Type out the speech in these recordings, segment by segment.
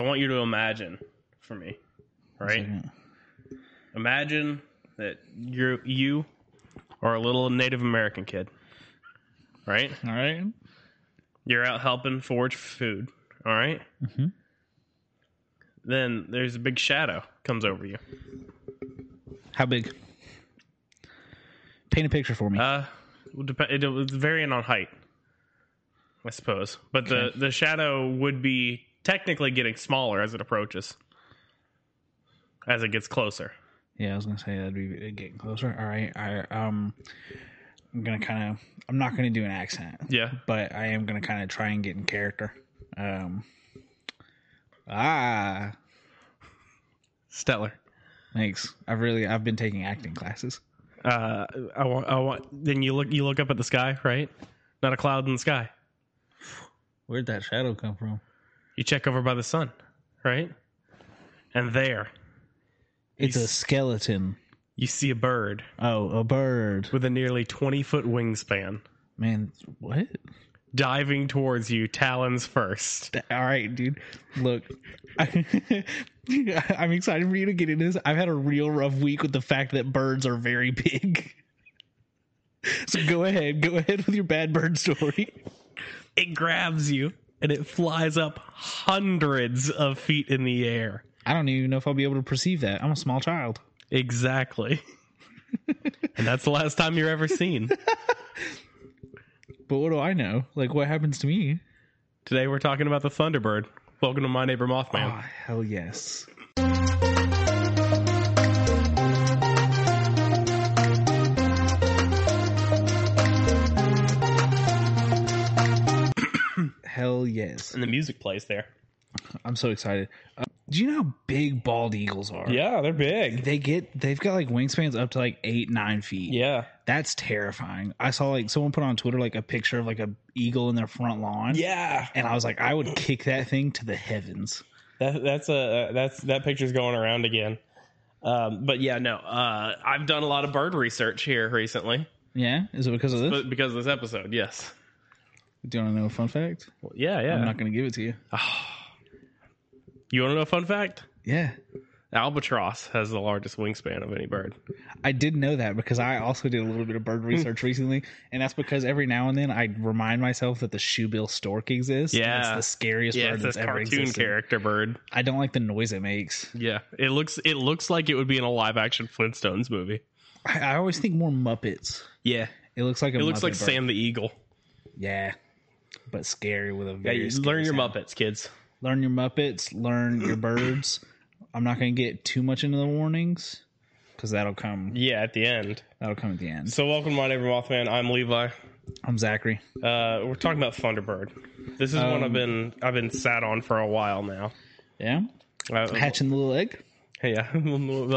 I want you to imagine for me, right? Imagine that you you are a little Native American kid, right? All right. You're out helping forage food, all right? Mhm. Then there's a big shadow comes over you. How big? Paint a picture for me. Uh, it dep- it was varying on height, I suppose. But the the shadow would be technically getting smaller as it approaches, as it gets closer. yeah, I was gonna say that'd be it'd getting closer. All right. I um, I'm gonna kind of. I'm not gonna do an accent, Yeah. but I am gonna kind of try and get in character. Um. Ah, Stellar. thanks. I've really I've been taking acting classes. Uh, I want. I want. Then you look. You look up at the sky, right? Not a cloud in the sky. Where'd that shadow come from? You check over by the sun, right? And there It's You a s- skeleton. you see a bird Oh, a bird. with a nearly twenty foot wingspan Man, what? diving towards you, talons first. Th- All right, dude. Look, I, am excited for you to get into this. I've had a real rough week with the fact that birds are very big. So go ahead, go ahead with your bad bird story. it grabs you and it flies up hundreds of feet in the air. I don't even know if I'll be able to perceive that. I'm a small child. Exactly. and that's the last time you're ever seen. But what do I know? Like, what happens to me? Today we're talking about the Thunderbird. Welcome to My Neighbor Mothman. Oh, hell yes. hell yes. And the music plays there. I'm so excited. Uh, do you know how big bald eagles are? Yeah, they're big. They get they've got like wingspans up to like eight, nine feet. Yeah. That's terrifying. I saw like someone put on Twitter like a picture of like a eagle in their front lawn. Yeah. And I was like, I would kick that thing to the heavens. That, that's a that's that picture's going around again. Um, but yeah, no. Uh, I've done a lot of bird research here recently, Yeah? Is it because of this? but because of this episode, yes. Do you want to know a fun fact? Well, yeah, yeah. Ah. I'm not going to give it to you. you want to know a fun fact? Yeah. Albatross has the largest wingspan of any bird. I did know that because I also did a little bit of Hmm. bird research recently. And that's because every now and then I remind myself that the shoebill stork exists. and Yeah. It's the scariest Yeah, bird it's that's this ever cartoon existed. character bird. I don't like the noise it makes. Yeah, it looks it looks like it would be in a live action Flintstones movie. I, I always think more Muppets. Yeah, It looks like a it looks Muppet like bird. Sam the Eagle. Yeah. But scary with a Yeah, very you scary learn your sound. Muppets, kids. Learn your Muppets. Learn your birds. I'm not going to get too much into the warnings because that'll come. Yeah, at the end. That'll come at the end. So welcome to my neighbor Mothman. I'm Levi. I'm Zachary. Uh, we're talking about Thunderbird. This is one Um, I've been I've been sat on for a while now. Yeah. Uh, Hatching the little egg. yeah,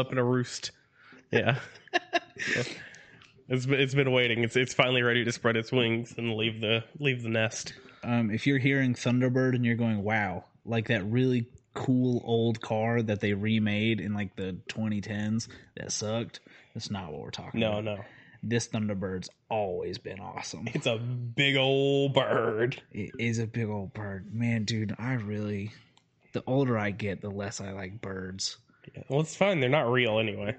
up in a roost. Yeah. It's been, it's been waiting. It's it's finally ready to spread its wings and leave the leave the nest. um, if you're hearing Thunderbird and you're going, wow, like that really cool old car that they remade in like the 2010s that sucked, that's not what we're talking No, about. no. This Thunderbird's always been awesome. It's a big old bird. It is a big old bird. Man, dude, I really, the older I get, the less I like birds. Well, it's fine. They're not real anyway.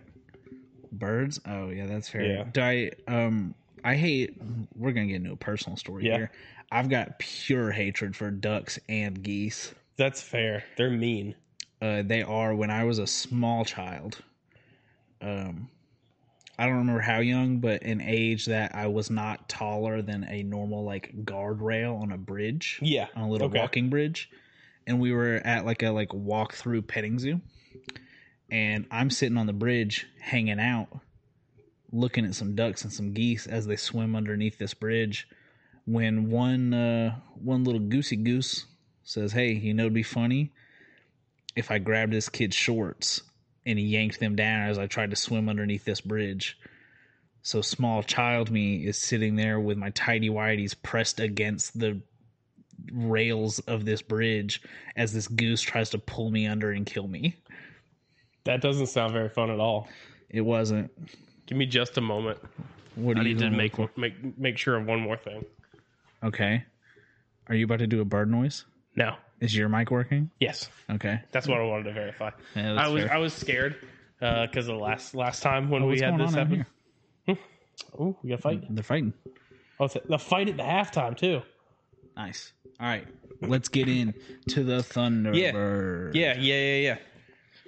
Birds? Oh yeah, that's fair. Yeah. Do I um I hate we're gonna get into a personal story Yeah. here. I've got pure hatred for ducks and geese. That's fair. They're mean. uh, they are when I was a small child. Um, I don't remember how young, but an age that I was not taller than a normal like guardrail on a bridge, Yeah. on a little Okay. walking bridge, and we were at like a like walk through petting zoo, and I'm sitting on the bridge hanging out, looking at some ducks and some geese as they swim underneath this bridge, when one uh, one little goosey goose says, "Hey, you know it'd be funny." if I grabbed this kid's shorts and he yanked them down as I tried to swim underneath this bridge. So small child me is sitting there with my tidy whities pressed against the rails of this bridge as this goose tries to pull me under and kill me. That doesn't sound very fun at all. It wasn't. Give me just a moment. What do I you need to gonna- make make make sure of one more thing. Okay. Are you about to do a bird noise? No. Is your mic working? Yes, Okay. that's what I wanted to verify. Yeah, that's I was fair. I was scared because of the last last time when Oh, we what's had going this on out happen. Oh, we got a fight. here? They're fighting. Oh, it's a- the fight at the halftime too. Nice. All right. Let's get in to the Thunder. Yeah, yeah, yeah, yeah.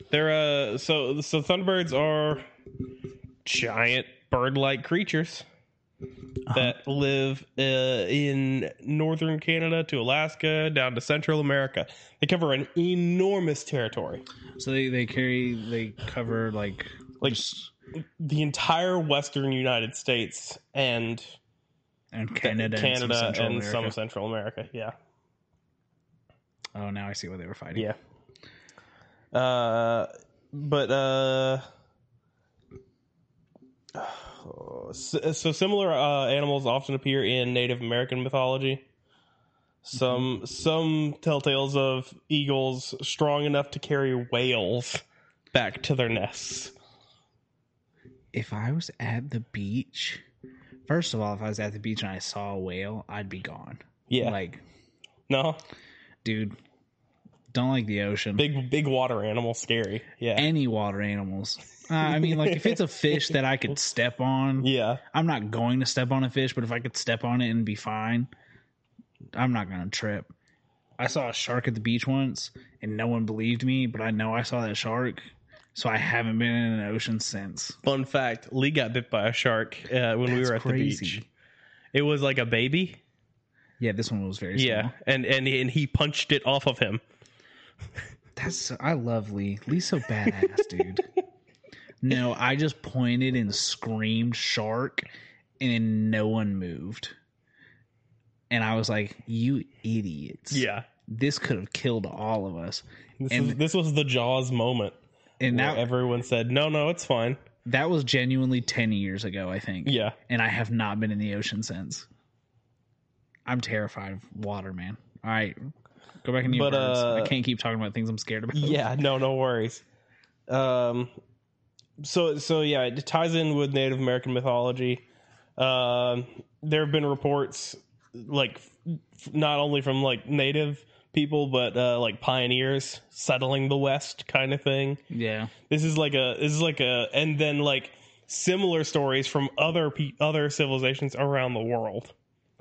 They're uh so so Thunderbirds are giant bird-like creatures Uh-huh. that live uh, in northern Canada to Alaska down to Central America. They cover an enormous territory. So they, they carry they cover like Like- just- The entire western United States and and Canada, and, some Canada Central and America. some of Central America. Yeah. Oh, now I see why they were fighting. Yeah. Uh, but uh, so, uh, so similar uh, animals often appear in Native American mythology. Some some telltales of eagles strong enough to carry whales back to their nests. If I was at the beach, first of all, if I was at the beach and I saw a whale, I'd be gone. Yeah. Like, no, dude, don't like the ocean. big big water animal, scary. Yeah. Any water animals. Uh, I mean, like if it's a fish that I could step on, yeah. I'm not going to step on a fish, but if I could step on it and be fine, I'm not going to trip. I saw a shark at the beach once and no one believed me, but I know I saw that shark. So I haven't been in an ocean since. Fun fact: Lee got bit by a shark uh, when we That's were at crazy. the beach. It was like a baby. Yeah, this one was very small. Yeah, and and and he punched it off of him. That's so- I love Lee. Lee's so badass, dude. No, I just pointed and screamed shark and no one moved. And I was like, "You idiots. Yeah, This could have killed all of us." this And- is this was the Jaws moment And where that everyone said, "No, no, it's fine." That was genuinely 10 years ago, I think. Yeah, And I have not been in the ocean since. I'm terrified of water, man. All right. Go back in your But, birds. uh, I can't keep talking about things I'm scared about. yeah, no, no worries. Um, so so yeah, it ties in with Native American mythology. Um, there have been reports, like f- not only from like Native people, but uh, like pioneers settling the West, kind of thing. Yeah. This is like a this is like a and then like similar stories from other pe- other civilizations around the world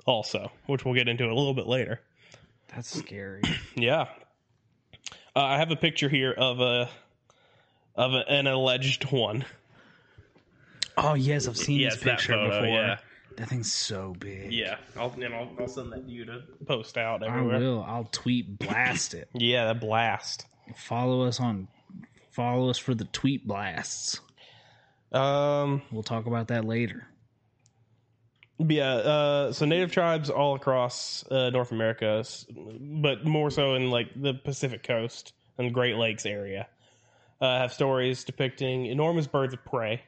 also, which we'll get into a little bit later. That's scary. Yeah. Uh, I have a picture here of a of a, an alleged one. Oh, yes. I've seen Yes, this that picture photo, before. yeah. That thing's so big. I'll and I'll, I'll send that to you to post out I everywhere. will. I'll tweet blast it. Yeah, that blast. Follow us on. Follow us for the tweet blasts. Um We'll talk about that later. But yeah, uh, so native tribes all across uh, North America, s- but more so in like the Pacific Coast and Great Lakes area, uh, have stories depicting enormous birds of prey.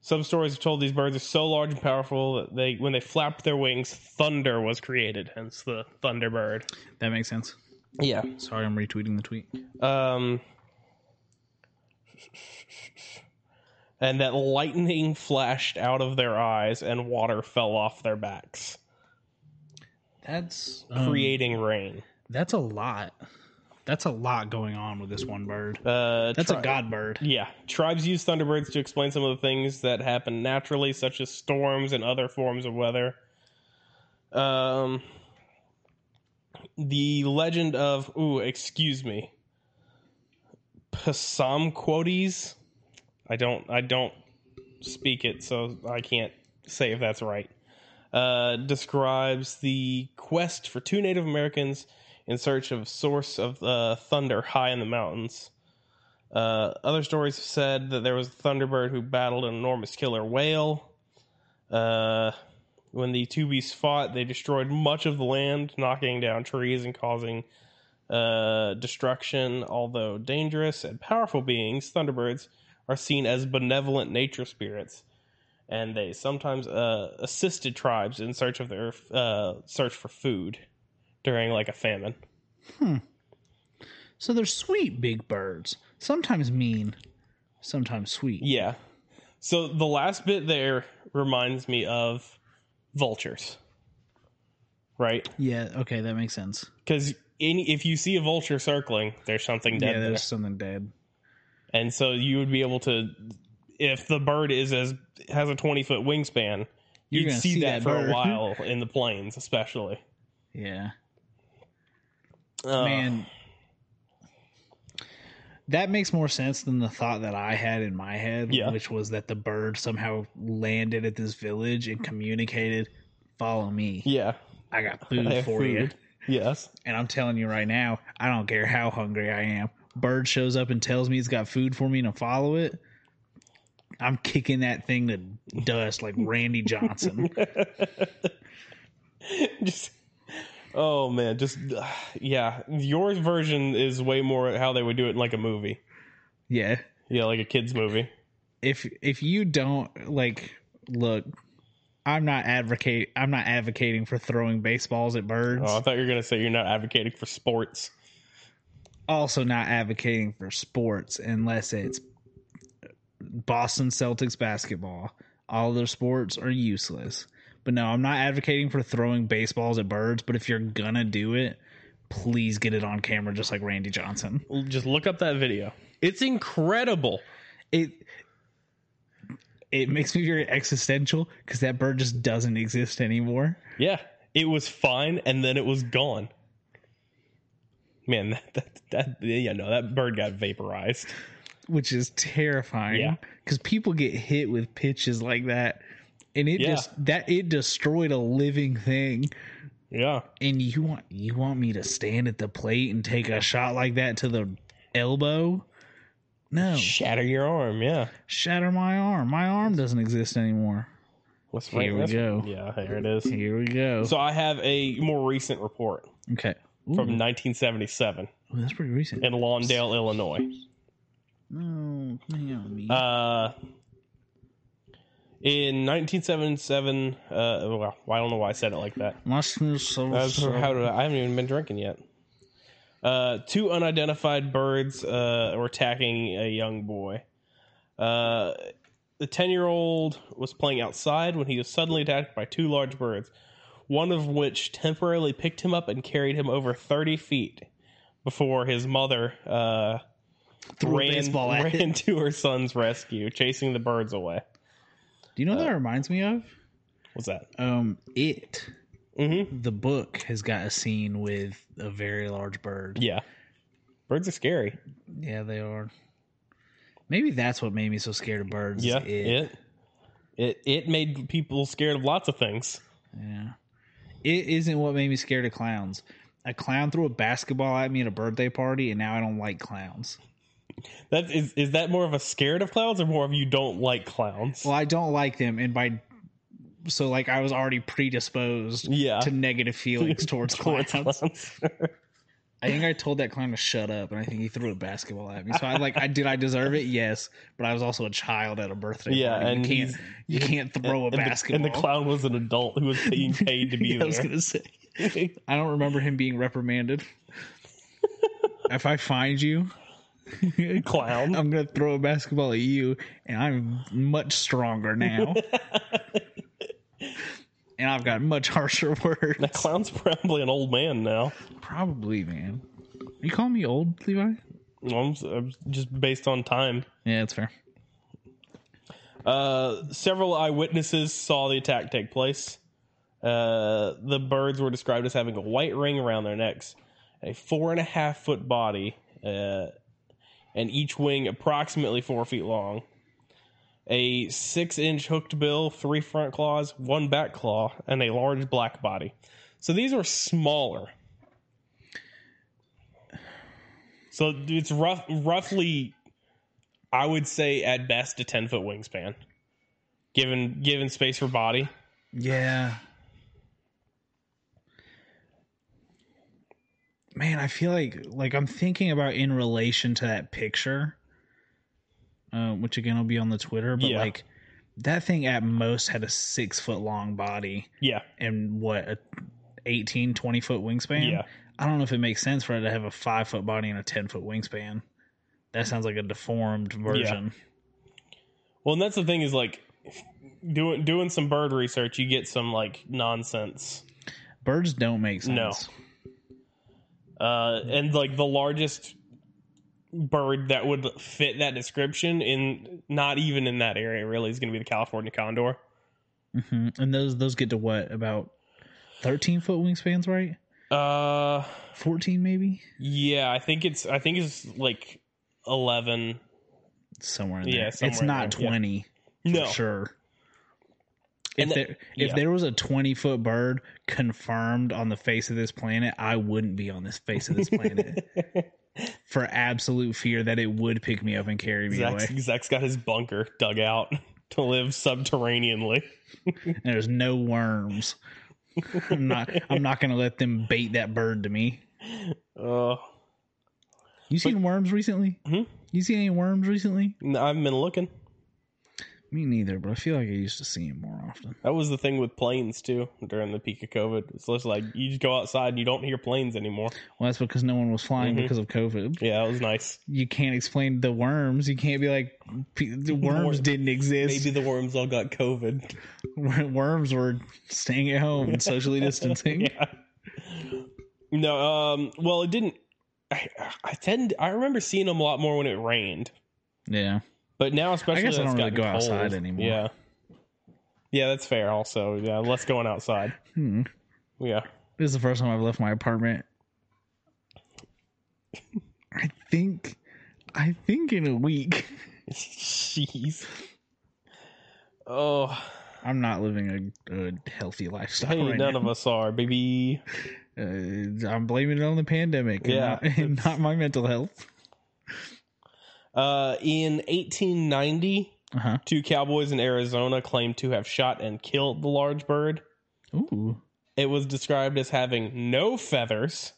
Some stories have told these birds are so large and powerful that they, when they flapped their wings, thunder was created, hence the thunderbird. That makes sense. Yeah. Sorry, I'm retweeting the tweet. Um, and that lightning flashed out of their eyes and water fell off their backs, That's um, creating rain. That's a lot. That's a lot going on with this one bird. Uh, That's tri- a god bird. Yeah, tribes use thunderbirds to explain some of the things that happen naturally, such as storms and other forms of weather. Um, the legend of ooh, excuse me, Passamquoddies. I don't, I don't speak it, so I can't say if that's right. Uh, describes the quest for two Native Americans in search of source of uh, thunder high in the mountains. Uh, other stories have said that there was a thunderbird who battled an enormous killer whale. Uh, when the Tubies fought, they destroyed much of the land, knocking down trees and causing uh, destruction. Although dangerous and powerful beings, thunderbirds are seen as benevolent nature spirits, and they sometimes uh, assisted tribes in search of their uh, search for food during like a famine. So they're sweet big birds. Sometimes mean, sometimes sweet. Yeah. So the last bit there reminds me of vultures. Right? Yeah, okay, that makes sense. Cuz any, if you see a vulture circling, there's something dead yeah, there. there's something dead. and so you would be able to if the bird is as has a 20 foot wingspan You're you'd gonna see, see that, that for bird. a while in the plains especially Yeah. Uh, Man. That makes more sense than the thought that I had in my head, Yeah. which was that the bird somehow landed at this village and communicated, "Follow me. yeah I got I food have for you." food. yes And I'm telling you right now, I don't care how hungry I am. Bird shows up and tells me it's got food for me and I follow it. I'm kicking that thing to dust like Randy Johnson. just oh man just uh, yeah your version is way more how they would do it in like a movie yeah. yeah like a kids movie if if you don't like look i'm not advocate i'm not advocating for throwing baseballs at birds oh i thought you were going to say you're not advocating for sports also not advocating for sports unless it's boston celtics basketball all other sports are useless but no i'm not advocating for throwing baseballs at birds but if you're gonna do it please get it on camera just like randy johnson just look up that video it's incredible it it makes me very existential because that bird just doesn't exist anymore Yeah, it was fine, and then it was gone. Man, that that, that yeah, no, that bird got vaporized. which is terrifying Yeah. because people get hit with pitches like that and it Yeah. just that it destroyed a living thing Yeah, and you want you want me to stand at the plate and take a shot like that to the elbow no shatter your arm. Yeah, shatter my arm my arm doesn't exist anymore let's Here we let's- go. Yeah, here it is. here we go So I have a more recent report okay Ooh, from 1977 ooh, that's pretty recent Oh, in Lawndale, Illinois. no damn. Uh, in 1977, uh, well, I don't know why I said it like that. must be so, That's so- how do I, I haven't even been drinking yet. Uh, two unidentified birds uh, were attacking a young boy. Uh, the 10 year old was playing outside when he was suddenly attacked by two large birds, one of which temporarily picked him up and carried him over 30 feet before his mother uh, threw a ran, baseball at it. ran to her son's rescue, chasing the birds away. do you know what uh, that reminds me of What's that? um it Mm hmm. the book has got a scene with a very large bird. Yeah. Birds are scary. Yeah, they are. Maybe that's what made me so scared of birds. is Yeah, it. it. it it made people scared of lots of things. Yeah. It isn't what made me scared of clowns. A clown threw a basketball at me at a birthday party, and now I don't like clowns. That is is that more of a scared of clowns or more of you don't like clowns? Well, I don't like them, and by so like I was already predisposed yeah, to negative feelings towards, towards clowns. clowns. I think I told that clown to shut up, and I think he threw a basketball at me. So I like, I did I deserve it? Yes, but I was also a child at a birthday. Yeah, party. and you can't he's- you can't throw and, a the- and basketball. the clown was an adult who was being paid to be I was there. gonna say I don't remember him being reprimanded. if I find you, clown. I'm gonna throw a basketball at you, and I'm much stronger now. And I've got much harsher words. That clown's probably an old man now. Probably, man. You call me old, Levi? I'm, s- I'm just based on time. Yeah, that's fair. Uh, several eyewitnesses saw the attack take place. Uh, the birds were described as having a white ring around their necks, a four and a half foot body, uh, and each wing approximately four feet long. A six inch hooked bill, three front claws, one back claw, and a large black body. So these are smaller. So it's rough, roughly I would say at best a ten foot wingspan, given given space for body. Yeah. Man, I feel like like I'm thinking about in relation to that picture, uh, which again will be on the Twitter, but Yeah. like that thing at most had a six foot long body Yeah, and what a 18, 20 foot wingspan. yeah, I don't know if it makes sense for it to have a five foot body and a ten foot wingspan. That sounds like a deformed version. Well, and that's the thing is like doing doing some bird research, you get some like nonsense. Birds don't make sense. No. uh, and like the largest bird that would fit that description in not even in that area really is going to be the California condor. hmm And those those get to what about thirteen foot wingspans, right? Uh, Fourteen maybe yeah, I think it's I think it's like eleven. somewhere in Yeah, there. somewhere it's in not there, yeah. twenty for No, sure. And If the- there if yeah. there was a twenty foot bird confirmed on the face of this planet, I wouldn't be on this face of this planet for absolute fear that it would pick me up and carry me Zach's, away. Zach's got his bunker dug out to live subterraneanly. There's no worms. I'm not I'm not gonna let them bait that bird to me. Uh, You seen worms recently? Mhm. You seen any worms recently? n- I've been looking. Me neither, but I feel like I used to see them more often. That was the thing with planes too during the peak of COVID. It's just like you just go outside and you don't hear planes anymore. Well, that's because no one was flying Mhm. because of COVID. Yeah, that was nice. You can't explain the worms. You can't be like "P- the worms didn't exist. Maybe the worms all got COVID. Worms were staying at home and socially distancing. yeah. No, um, well, it didn't. I, I tend. I remember seeing them a lot more when it rained, Yeah. but now especially I guess that I it's don't really go gotten cold. outside anymore. Yeah, yeah, that's fair. Also, yeah, less going outside. Hmm. Yeah, This is the first time I've left my apartment. I think, I think in a week. jeez. Oh, I'm not living a, a healthy lifestyle hey, right none now. of us are, baby. Uh, I'm blaming it on the pandemic and Yeah, not- and it's- not my mental health. Uh, in 1890, Uh huh. two cowboys in Arizona claimed to have shot and killed the large bird. Ooh. It was described as having no feathers,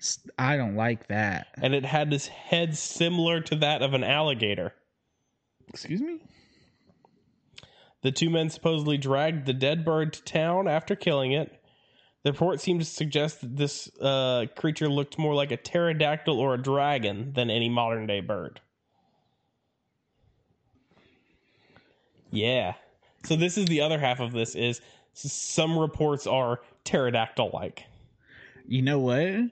S- I don't like that. and it had this head similar to that of an alligator. Excuse me? The two men supposedly dragged the dead bird to town after killing it. The report seemed to suggest that this uh, creature looked more like a pterodactyl or a dragon than any modern day bird. Yeah. So this is the other half of this is s- some reports are pterodactyl like. You know what?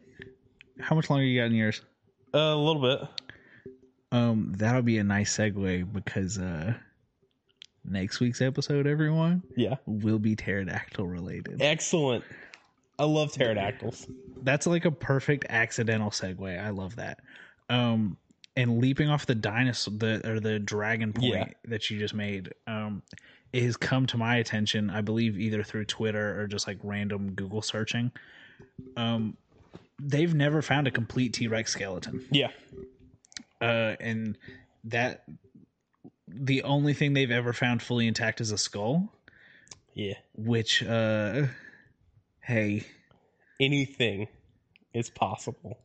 How much longer you got in yours? a little bit. Um, that'll be a nice segue because uh next week's episode, everyone, Yeah. will be pterodactyl related. Excellent. I love pterodactyls. That's like a perfect accidental segue. I love that. Um and leaping off the dinosaur the or the dragon point Yeah. that you just made, um, it has come to my attention, I believe either through Twitter or just like random Google searching. Um they've never found a complete T Rex skeleton. Yeah. uh, and that the only thing they've ever found fully intact is a skull, Yeah. which uh, hey, Anything is possible.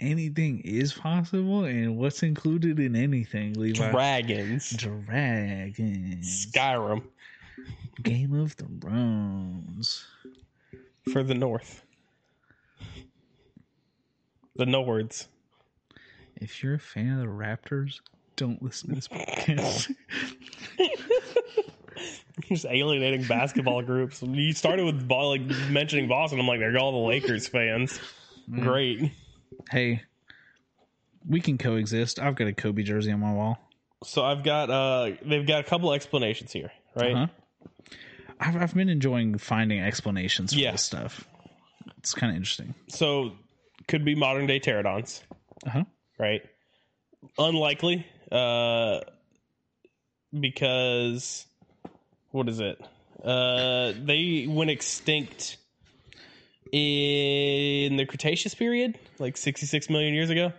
anything is possible, and what's included in anything, Levi? Dragons. Dragons, Skyrim Game of Thrones. for the North. The Nords. If you're a fan of the Raptors, don't listen to this podcast. Just alienating basketball groups. You started with Bo- like mentioning Boston. I'm like, they're all the Lakers fans. Great. Mm. hey, we can coexist. I've got a Kobe jersey on my wall. So I've got uh they've got a couple explanations here, right? Uh-huh. I've, I've been enjoying finding explanations for Yeah. this stuff. It's kind of interesting. So could be modern day pterodons. Uh huh. right? Unlikely, uh, because what is it? Uh, they went extinct in the Cretaceous period, like 66 million years ago.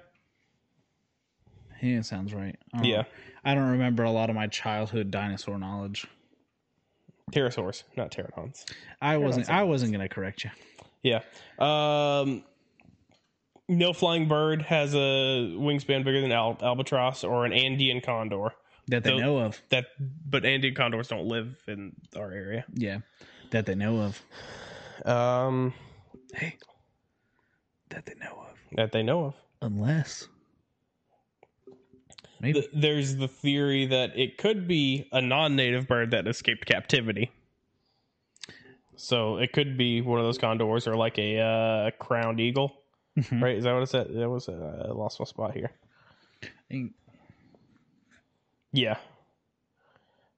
Yeah, it sounds right. I don't- Yeah, I don't remember a lot of my childhood dinosaur knowledge. pterosaurs, not pterodons. I wasn't. not I wasn't gonna correct you. Yeah. Um, no flying bird has a wingspan bigger than al- albatross or an Andean condor. That they Though- know of. That, but Andean condors don't live in our area. Yeah. That they know of. Um, Hey. That they know of. that they know of. Unless. Maybe. th- there's the theory that it could be a non-native bird that escaped captivity. So it could be one of those condors or like a uh, crowned eagle. Mhm. Right? Is that what it said? That was uh, I lost my spot here. And- Yeah.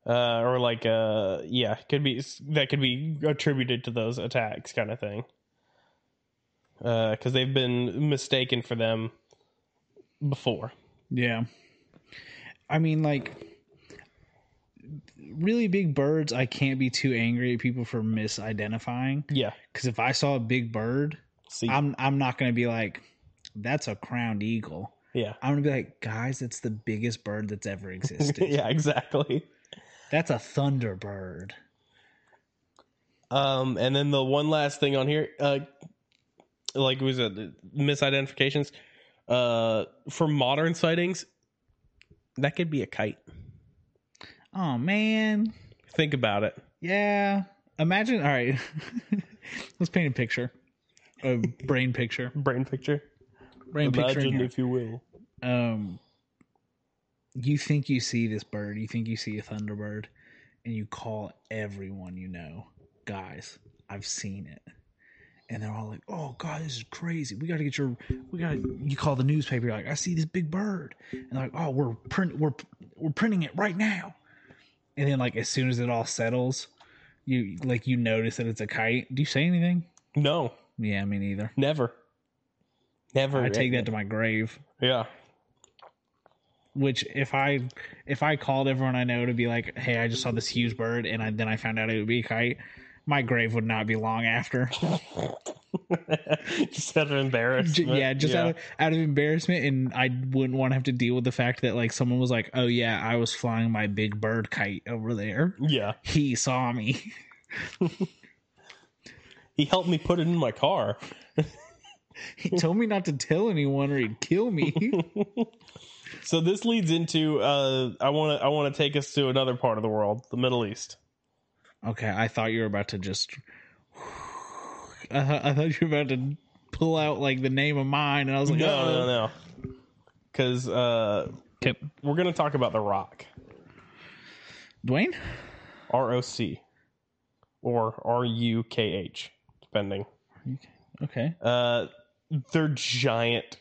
Uh, or like uh yeah could be that could be attributed to those attacks kind of thing because they've been mistaken for them before Yeah. I mean, like, really big birds, I can't be too angry at people for misidentifying. yeah Because if I saw a big bird, see I'm I'm not gonna be like, that's a crowned eagle. yeah I'm gonna be like, guys, it's the biggest bird that's ever existed. yeah exactly That's a thunderbird. Um, and then the one last thing on here, uh, like was it misidentifications? Uh, for modern sightings, that could be a kite. Oh man. Think about it. Yeah. Imagine all right. Let's paint a picture. A brain picture. Brain picture. Brain picture. in Imagine, here. if you will. um you think you see this bird you think you see a thunderbird and you call everyone you know guys i've seen it and they're all like oh god this is crazy we gotta get your we gotta you call the newspaper you're like i see this big bird and they're like oh we're print we're we're printing it right now and then like as soon as it all settles you like you notice that it's a kite do you say anything No, yeah me neither never, never. i take that to my grave Yeah, which if i if i called everyone i know to be like hey i just saw this huge bird and I, then i found out it would be a kite my grave would not be long after just out of J- embarrassment. yeah just Out, of, out of embarrassment and i wouldn't want to have to deal with the fact that like someone was like oh yeah i was flying my big bird kite over there yeah. he saw me He helped me put it in my car. he told me not to tell anyone or he'd kill me So this leads into uh, I want to I want to take us to another part of the world, the Middle East. okay i thought you were about to just I, th- I thought you were about to pull out like the name of mine and i was like No, oh no, no. Because uh, Tip. we're going to talk about The Rock, "Oh, dwayne R O C, or R U K H, depending. okay Uh, they're giant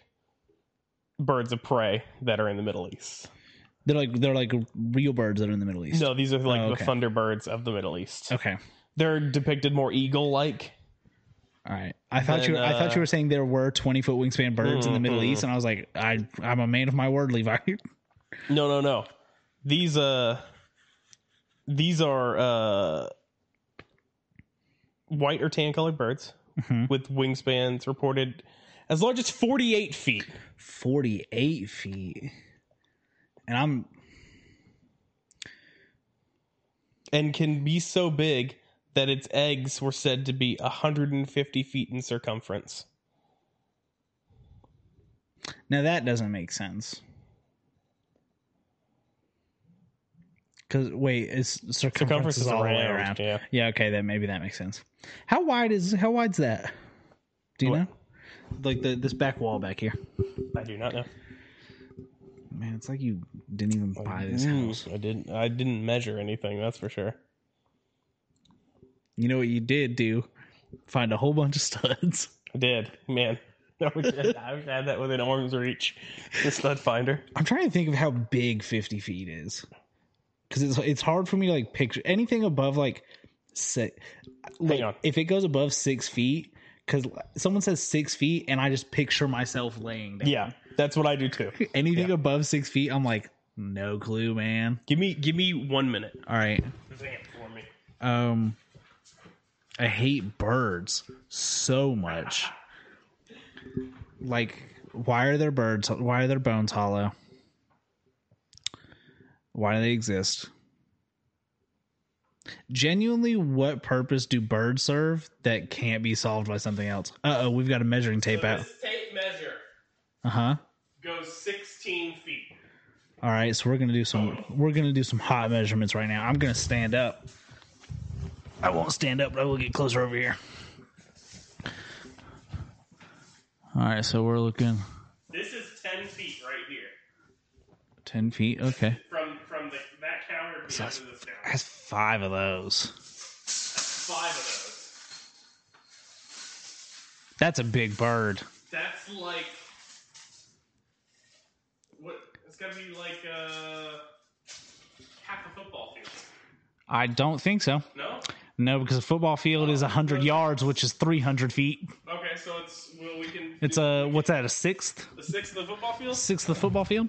birds of prey that are in the Middle East. They're like they're like real birds that are in the Middle East. No, these are like Oh, okay. the thunderbirds of the Middle East. Okay. They're depicted more eagle like. All right. I thought Then, you were, I thought uh, Mm-hmm. you were saying there were twenty foot wingspan birds in the Middle East, and I was like, I I'm a man of my word, Levi. No, no, no. These uh these are uh white or tan colored birds Mhm. with wingspans reported as large as 48 feet. Forty eight feet, and I'm and can be so big that its eggs were said to be 150 feet in circumference. now that doesn't make sense. Because wait, it's Circumference circumference, is is all the way around, around. yeah. Okay. That maybe that makes sense. How wide is how wide's that? Do you What? know? Like the this back wall back here. I do not know. Man, it's like you didn't even buy this Mm, house. I didn't. I didn't measure anything. That's for sure. You know what you did do? Find a whole bunch of studs. I did, man. I wish I I wish I had that within arm's reach. The stud finder. I'm trying to think of how big 50 feet is, because it's it's hard for me to like picture anything above like six. Like, on. if it goes above six feet, because someone says six feet, and I just picture myself laying down. Yeah, that's what I do too. Anything Yeah. above six feet, I'm like, no clue, man. Give me, give me one minute. All right. Sing it for me. Um, I hate birds so much. Like, why are their birds? Why are their bones hollow? Why do they exist? Genuinely, what purpose do birds serve that can't be solved by something else? Uh oh, we've got a measuring tape out. tape measure Uh huh. goes 16 feet. All right, so we're gonna do some. We're gonna do some hot measurements right now. I'm gonna stand up. I won't stand up, but I will get closer over here. All right, so we're looking This is 10 feet right here ten feet. Okay, from from the, that counter to that's- this counter. that's five of those. Five of those. That's a big bird. That's like what? It's gotta be like uh, half a football field. I don't think so. No. No, because a football field is 100 yards, which is 300 feet. Okay, so it's well, we can. It's do a, what's that, a sixth? the sixth of the football field. Sixth of the football field?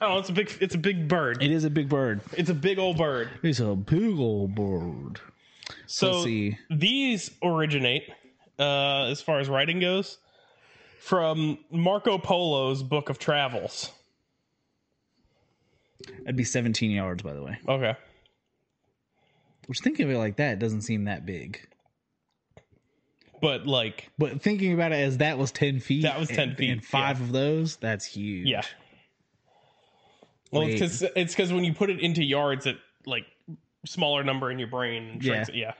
Oh, it's a big. It's a big bird. It is a big bird. It's a big old bird. It's a big old bird. So Let's see. these originate, uh, as far as writing goes, from Marco Polo's Book of Travels. That'd be 17 yards, by the way. Okay. Which, thinking of it like that, doesn't seem that big. But like, But thinking about it as that was 10 feet. That was 10 and- feet, And five of those, that's huge. yeah. Well, Wait. because it's because when you put it into yards, it like smaller number in your brain. And shrinks it. yeah.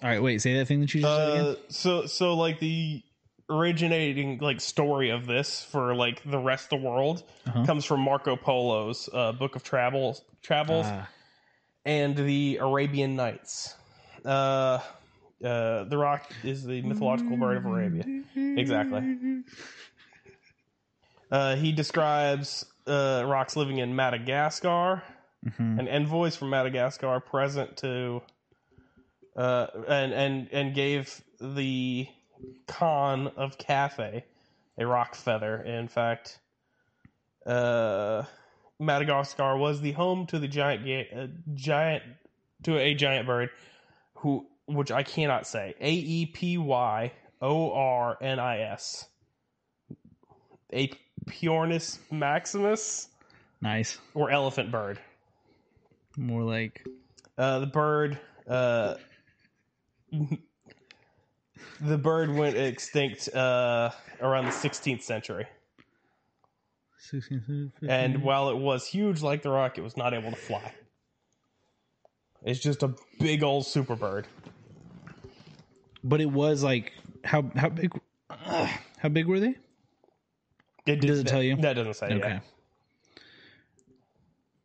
All right, wait, say that thing that you just said again. Uh, so so like the originating like story of this for like the rest of the world Uh-huh. comes from Marco Polo's uh, Book of Travels Travels Ah, and the Arabian Nights. Uh, uh, the rock is the mythological bird of Arabia. Exactly. Mm-hmm. Uh, he describes uh, rocks living in Madagascar mhm. and envoys from Madagascar present to uh, and and and gave the Khan of Cathay a rock feather. In fact, uh, Madagascar was the home to the giant ga- uh, giant to a giant bird who which I cannot say A E P Y O R N I S a Piornis maximus Nice. or elephant bird. More like Uh, the bird, uh, the bird went extinct uh, around the 16th century, 16, and while it was huge like the rock, it was not able to fly. It's just a big old super bird. but it was like how how big how big were they? It Does it tell you? That doesn't say. Okay. Yeah.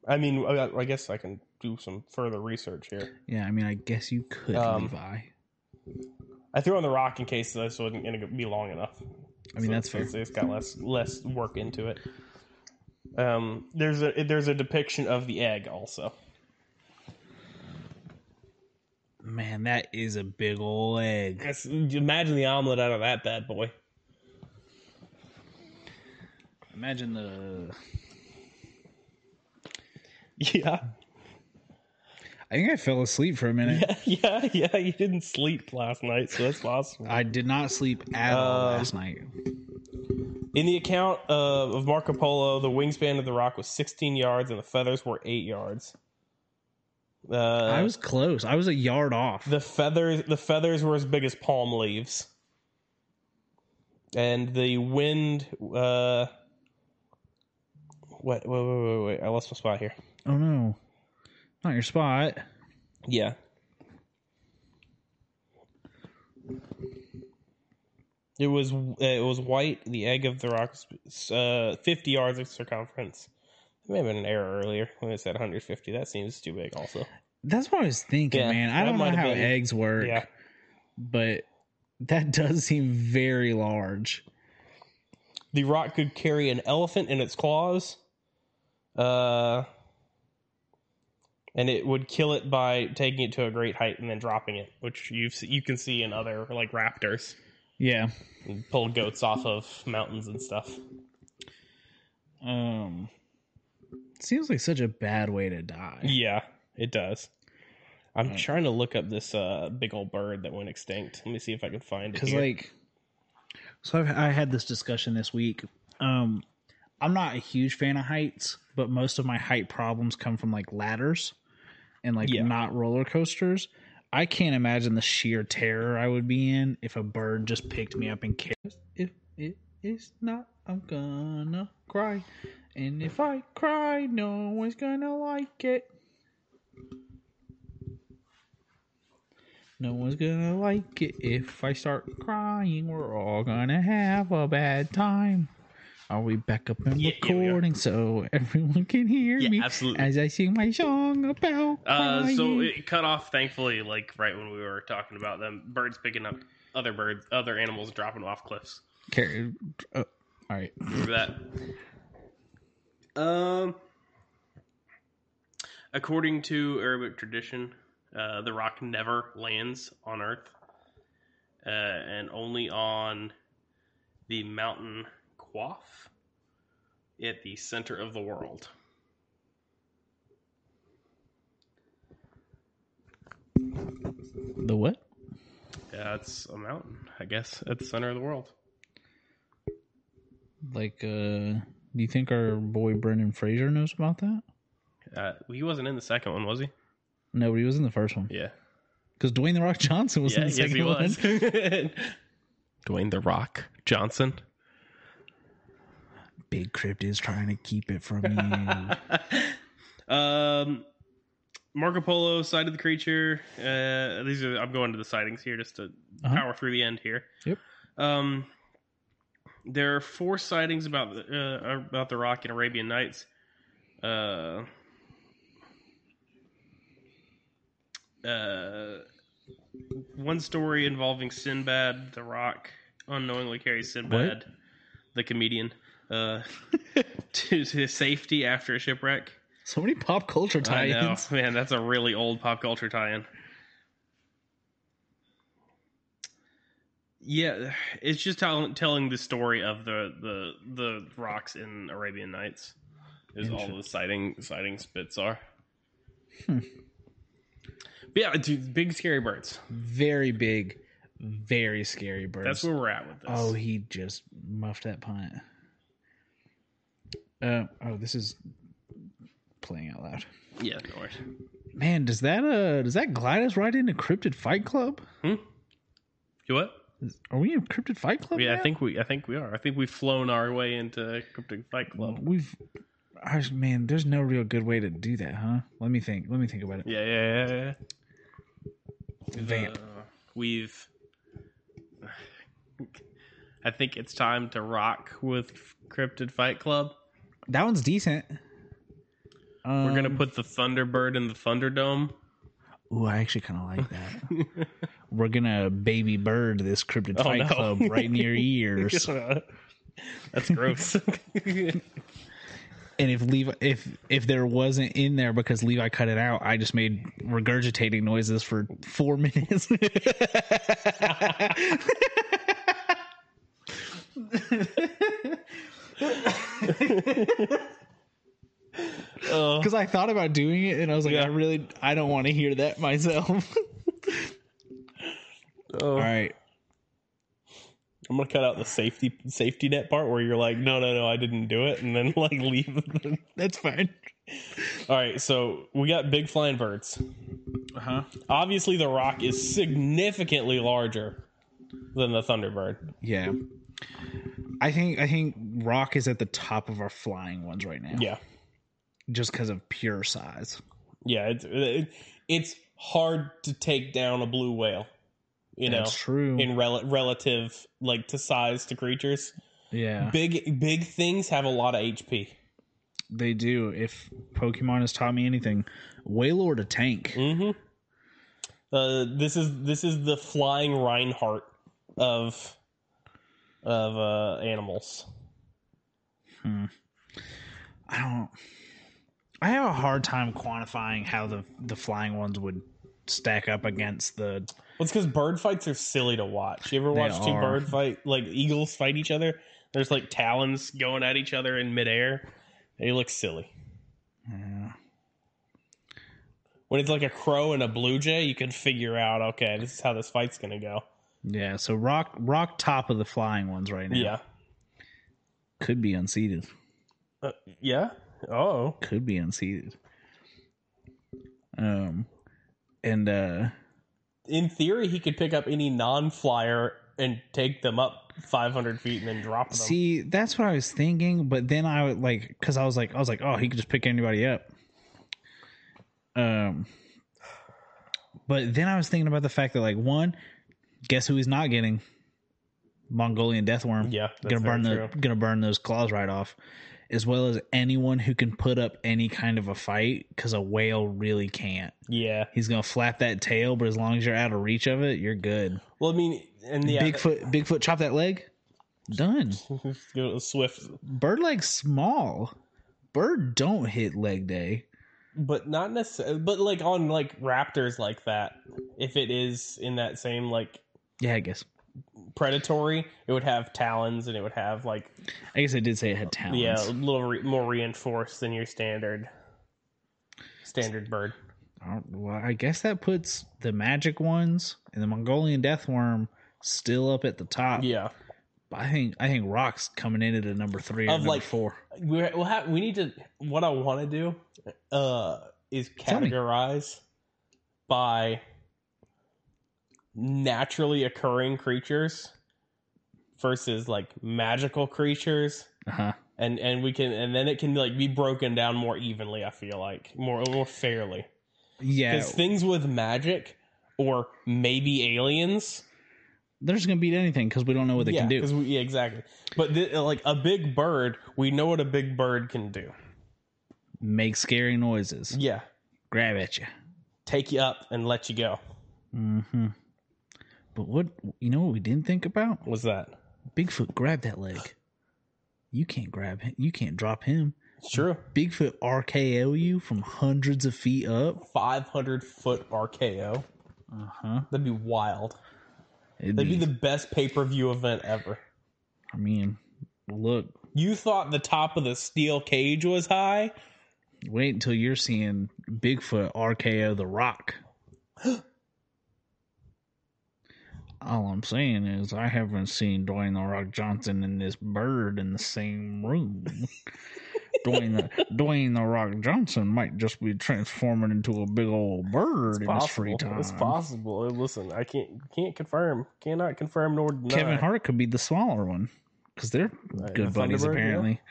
I mean, I, I guess I can do some further research here. Yeah, I mean, I guess you could, Um, Levi. I I threw on the rock in case this wasn't going to be long enough. mean, So that's it's- fair. it's- It's got less less work into it. Um, there's a there's a depiction of the egg also. Man, that is a big ol' egg. That's, imagine the omelet out of that bad boy. Imagine the. Yeah, I think I fell asleep for a minute. yeah, yeah, yeah. You didn't sleep last night, so that's possible. I did not sleep at all Um, last night. In the account uh, of Marco Polo, the wingspan of the rock was 16 yards, and the feathers were eight yards. Uh, I was close. I was a yard off. the feathers the feathers were as big as palm leaves and the wind uh wait wait wait wait wait i lost my spot here oh no, not your spot. yeah it was uh, it was white the egg of the rock was, uh 50 yards of circumference there may have been an error earlier when it said 150 that seems too big also That's what I was thinking, Yeah, man. I that don't know might have how been- eggs work, yeah but that does seem very large. The rock could carry an elephant in its claws, uh, and it would kill it by taking it to a great height and then dropping it, which you you can see in other like raptors Yeah. and pull goats off of mountains and stuff. Um, seems like such a bad way to die. Yeah, it does. I'm Right. trying to look up this uh, big old bird that went extinct. Let me see if I can find it. Because Here. like, so I've, I had this discussion this week. Um, I'm not a huge fan of heights, but most of my height problems come from like ladders and like Yeah. not roller coasters. I can't imagine the sheer terror I would be in if a bird just picked me up and carried. If it is not, I'm gonna cry, and if I cry, no one's gonna like it. No one's gonna like it if I start crying. We're all gonna have a bad time. Are we back up and Yeah, yeah, we are. recording so everyone can hear Yeah, me absolutely. as I sing my song about Uh, so crying? it cut off, thankfully, like right when we were talking about them birds picking up other birds, other animals dropping off cliffs. Car- oh, all right. Remember that. Um, according to Arabic tradition, uh, the rock never lands on Earth, uh, and only on the mountain Quaff at the center of the world. The what? Yeah, it's a mountain, I guess, at the center of the world. Like, uh, do you think our boy Brendan Fraser knows about that? Uh, he wasn't in the second one, was he? No, but he was in the first one Yeah. because Dwayne the Rock Johnson was in yeah, the yes, second he one. was. Dwayne the Rock Johnson. Big Crypt is trying to keep it from you. um, Marco Polo sighted the creature. Uh, these are I'm going to the sightings here just to Uh-huh. power through the end here. Yep. Um, there are four sightings about the, uh, about the rock in Arabian Nights. Uh, uh, one story involving Sinbad the Rock unknowingly carries Sinbad, the comedian, uh, to, to safety after a shipwreck. so many pop culture I know. tie-ins. Man, that's a really old pop culture tie-in. Yeah, it's just tell, telling the story of the the the rocks in Arabian Nights is all the sighting sighting spits are. Hmm. But yeah, dude, big scary birds. Very big, very scary birds. That's where we're at with this. Oh, he just muffed that punt. Uh, oh, this is playing out loud. yeah, no worries. Man, does that uh does that glide us right into Cryptid Fight Club? You what? Is- Are we in Cryptid Fight Club? Yeah, I now? think we I think we are. I think we've flown our way into Cryptic Fight Club. we've. I was- man, there's no real good way to do that, huh? Let me think. Let me think about it. Yeah, yeah, yeah. yeah. Vamp. Uh, we've. I think it's time to rock with Cryptid Fight Club. That one's decent. Um, We're gonna put the Thunderbird in the Thunderdome. Ooh, I actually kind of like that. We're gonna baby bird this Cryptid Oh, Fight no. Club right in your ears. That's gross. and if Levi if if there wasn't in there because Levi cut it out, I just made regurgitating noises for four minutes. Oh. Because I thought about doing it and I was like, Yeah. I really I don't want to hear that myself. Oh. All right. I'm gonna cut out the safety safety net part where you're like, no, no, no, I didn't do it, and then like leave. the- That's fine. All right, so we got big flying birds. Uh-huh. Obviously, the rock is significantly larger than the Thunderbird. Yeah. I think I think Rock is at the top of our flying ones right now. Yeah. Just because of pure size. Yeah, it's it, it's hard to take down a blue whale, you That's true. know, in rel- relative like to size to creatures. yeah. Big big things have a lot of HP. They do. If Pokemon has taught me anything, Wailord a tank. Mm-hmm. Uh, this is this is the flying Reinhardt of of uh, animals. I don't. I have a hard time quantifying how the the flying ones would stack up against the. Well, it's because bird fights are silly to watch. You ever They watch two are. bird fight like eagles fight each other? There's like talons going at each other in midair. They look silly. Yeah. when it's like a crow and a blue jay, you can figure out, okay, this is how this fight's gonna go. yeah. So rock rock top of the flying ones right now. Yeah. Could be unseated. Uh, yeah. Oh. Could be unseated. Um, and uh, In theory, he could pick up any non-flyer and take them up 500 feet and then drop them. see, that's what I was thinking. But then I would like, cause I was like, I was like, oh, he could just pick anybody up. Um, but then I was thinking about the fact that like one, guess who he's not getting? Mongolian deathworm. yeah, that's gonna burn very the gonna burn those claws right off. as well as anyone who can put up any kind of a fight because a whale really can't. Yeah. He's gonna flap that tail, but as long as you're out of reach of it, you're good. Well, I mean, and yeah, Bigfoot, Bigfoot, chop that leg. Done. Go to Swift, Bird leg's small. Bird don't hit leg day. but not necessarily. But like on like raptors like that, if it is in that same like Yeah, I guess. predatory, it would have talons and it would have like I guess I did say it had talons. yeah, a little re- more reinforced than your standard standard bird. Uh, Well, I guess that puts the magic ones and the Mongolian death worm still up at the top. Yeah, But I think I think rocks coming in at a number three or Of, number like, four. we we'll have, we need to. What I want to do uh, is Tell me. categorize by naturally occurring creatures versus like magical creatures Uh huh. and and we can and then it can like be broken down more evenly i feel like more more fairly Yeah, because things with magic or maybe aliens they're just gonna beat anything because we don't know what they yeah, can do. 'cause we- yeah exactly but thi- like a big bird we know what a big bird can do Make scary noises. yeah Grab at you. take you up and let you go Mm-hmm. But what you know what we didn't think about? was that Bigfoot grabbed that leg. You can't grab him. You can't drop him. it's true Bigfoot RKO you from hundreds of feet up. 500 foot rko Uh huh. that'd be wild that'd be Uh-huh. the best pay-per-view event ever I mean, look. you thought the top of the steel cage was high Wait until you're seeing Bigfoot RKO the Rock. All I'm saying is I haven't seen Dwayne the Rock Johnson and this bird in the same room. Dwayne the Dwayne the Rock Johnson might just be transforming into a big old bird in his free time. It's possible. Uh, Listen, I can't can't confirm, cannot confirm nor deny. Kevin Hart could be the smaller one because they're Right, good the buddies Thunderbird, yeah. apparently.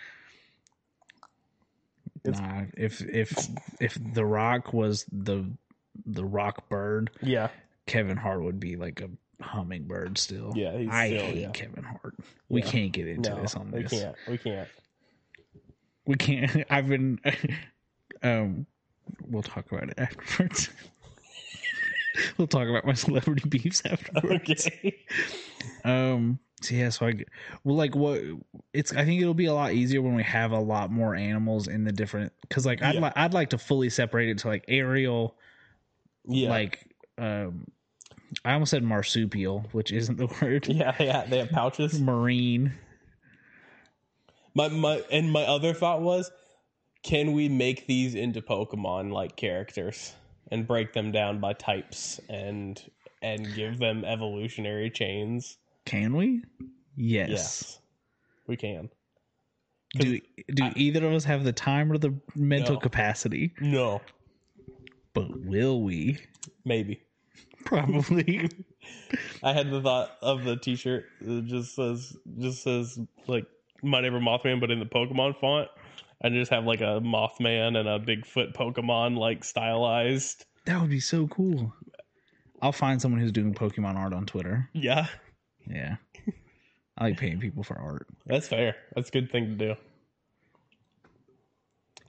It's- Nah, if if if The Rock was the the Rock bird, Yeah, Kevin Hart would be like a hummingbird still. yeah. He's I still, hate yeah. Kevin Hart. We Yeah. can't get into No, this on we this. can't. We can't. We can't. I've been. Um, we'll talk about it afterwards. we'll talk about my celebrity beefs afterwards. Okay. Um. So yeah. So I. g- Well, like what? It's. I think it'll be a lot easier when we have a lot more animals in the different. Because like I'd Yeah. like I'd like to fully separate it to like aerial, Yeah. like um, I almost said marsupial, which isn't the word. yeah, yeah. They have pouches. Marine. My my and my other thought was, can we make these into Pokemon like characters and break them down by types and and give them evolutionary chains? Can we? Yes. we can. Do do I- either of us have the time or the mental No. capacity? No, But will we? maybe. Probably. I had the thought of the T-shirt that just says just says like my neighbor Mothman, but in the Pokemon font, and just have like a Mothman and a Bigfoot Pokemon like stylized. that would be so cool. I'll find someone who's doing Pokemon art on Twitter. Yeah, Yeah. I like paying people for art. that's fair. That's a good thing to do.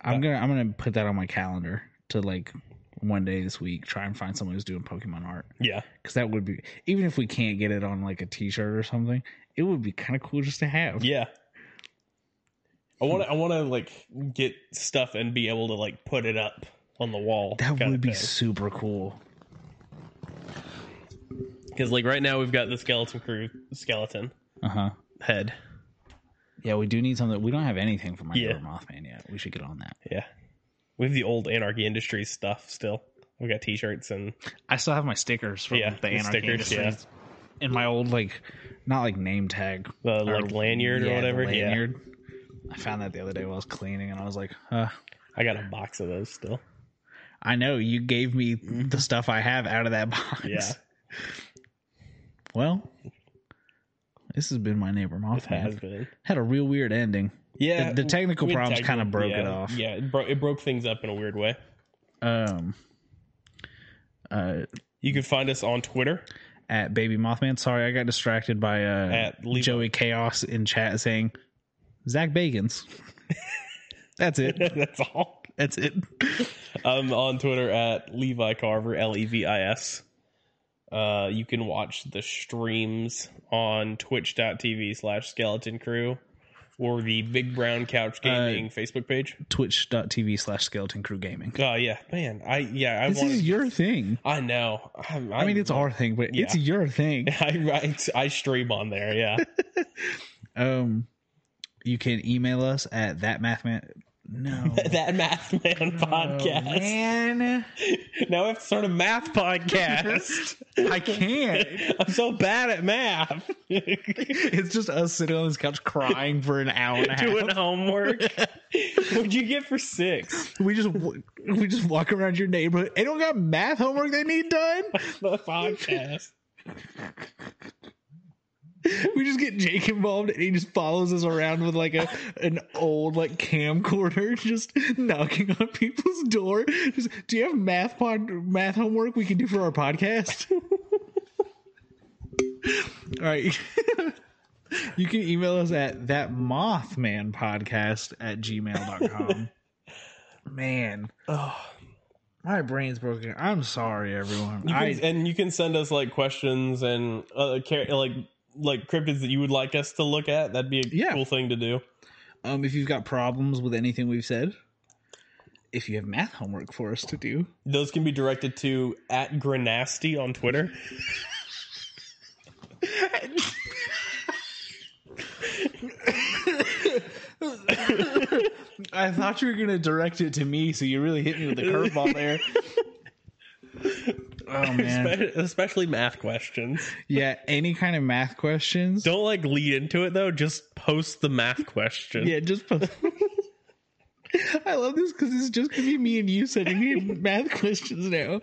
I'm gonna I'm gonna put that on my calendar to like one day this week try and find someone who's doing Pokemon art Yeah, because that would be even if we can't get it on like a T-shirt or something, it would be kind of cool just to have. yeah. I want to. I want to like get stuff and be able to like put it up on the wall. that would be super cool. because like right now we've got the skeleton crew skeleton Uh huh. head. Yeah, we do need something. We don't have anything for my Yeah. Neighbor Mothman yet. We should get on that. Yeah, we have the old Anarchy Industries stuff still. We got T-shirts and I still have my stickers from Yeah, the the Anarchy stickers, yeah. Industries in my old like not like name tag the or- like lanyard yeah, or the whatever. Yeah, lanyard. I found that the other day while I was cleaning, and I was like, huh. I got a box of those still. I know you gave me the stuff I have out of that box. Mm-hmm. Yeah. Well, this has been my neighbor It has Mothman. been. Had a real weird ending. Yeah, Oh, the technical we- we problems kinda techni- broke it yeah, off. Yeah, it, bro- it broke things up in a weird way. Um, uh, You can find us on Twitter. at Baby Mothman. Sorry, I got distracted by uh At Levi. Joey Chaos in chat saying Zach Bagans. That's it. That's all. That's it. I'm on Twitter at Levi Carver, L E V I S. Uh, you can watch the streams on twitch.tv slash skeleton crew or the Big Brown Couch Uh, Gaming Facebook page. Twitch.tv slash skeleton crew gaming. Oh, yeah. Man, I, yeah, I This want is your thing. I know. i I mean, it's our thing, but it's Yeah. your thing. I, I, I stream on there, yeah. Um, you can email us at that mathman. No, that Math Man podcast. Oh, man, Now I have to start a math podcast. I can't. I'm so bad at math. It's just us sitting on this couch crying for an hour and a half. Doing homework. What'd you get for six? We just w- we just walk around your neighborhood. Anyone got math homework they need done? The podcast. We just get Jake involved, and he just follows us around with like a an old like camcorder, just knocking on people's door. Just, do you have math pod math homework we can do for our podcast? All right. you can email us at that mothman podcast at gmail.com. Man, Oh, my brain's broken. I'm sorry, everyone. you I can, and you can send us like questions and uh, car- like like cryptids that you would like us to look at. That'd be a Yeah. cool thing to do. Um, if you've got problems with anything we've said, if you have math homework for us to do, Those can be directed to at Granasty on Twitter. I thought you were gonna direct it to me, so you really hit me with a curveball there. oh man, Espe- Especially math questions. yeah. Any kind of math questions? Don't like lead into it though. Just post the math question. Yeah, just. Post- I love this because it's just gonna be me and you sending me math questions now.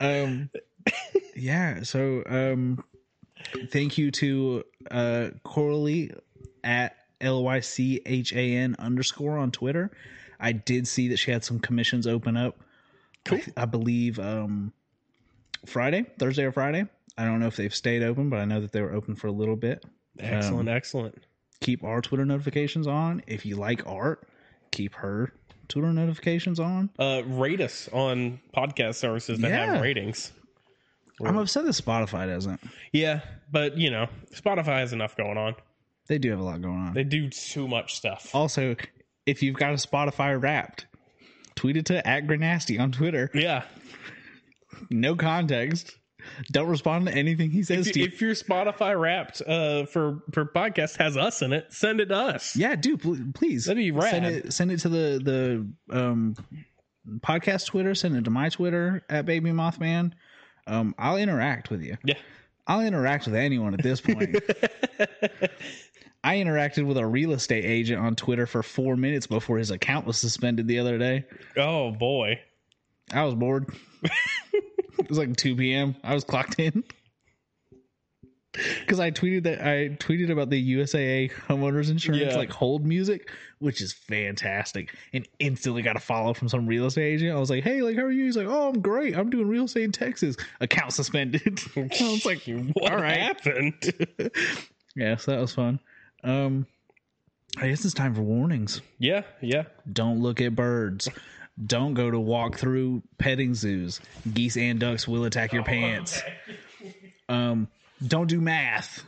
Um, yeah. So, um, thank you to uh Coralie at l y c h a n underscore on Twitter. I did see that she had some commissions open up. Cool. I, I believe um Friday, Thursday or Friday. I don't know if they've stayed open, but I know that they were open for a little bit Excellent, excellent. keep our Twitter notifications on. If you like art, keep her Twitter notifications on. Uh, rate us on podcast services that Yeah. have ratings. I'm upset that Spotify doesn't. Yeah, but you know, Spotify has enough going on. They do have a lot going on. They do too much stuff. also, if you've got a Spotify wrapped, tweet it to at Granasty on Twitter. Yeah, No context. Don't respond to anything he says to you. if your Spotify Wrapped uh, for for podcast has us in it, send it to us. yeah, do pl- please. That'd be rad. Send it, send it to the the um, podcast Twitter. Send it to my Twitter at Baby Mothman. Um, I'll interact with you. Yeah. I'll interact with anyone at this point. I interacted with a real estate agent on Twitter for four minutes before his account was suspended the other day. Oh boy. I was bored. it was like 2 p.m. I was clocked in. Because I tweeted that I tweeted about the USAA homeowners insurance Yeah. like hold music, which is fantastic, and instantly got a follow from some real estate agent. I was like, "Hey, like, how are you?" He's like, "Oh, I'm great. I'm doing real estate in Texas. Account suspended." I was like, What all right. happened? "Yeah, so that was fun." Um, I guess it's time for warnings. yeah, yeah. Don't look at birds. Don't go to walk through petting zoos. Geese and ducks will attack your pants. Um, don't do math.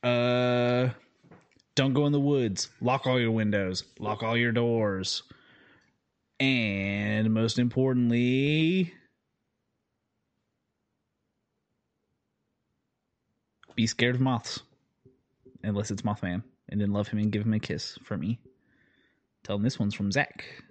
Uh, don't go in the woods. Lock all your windows. Lock all your doors. And most importantly, be scared of moths. Unless it's Mothman. And then love him and give him a kiss for me. Tell him this one's from Zach.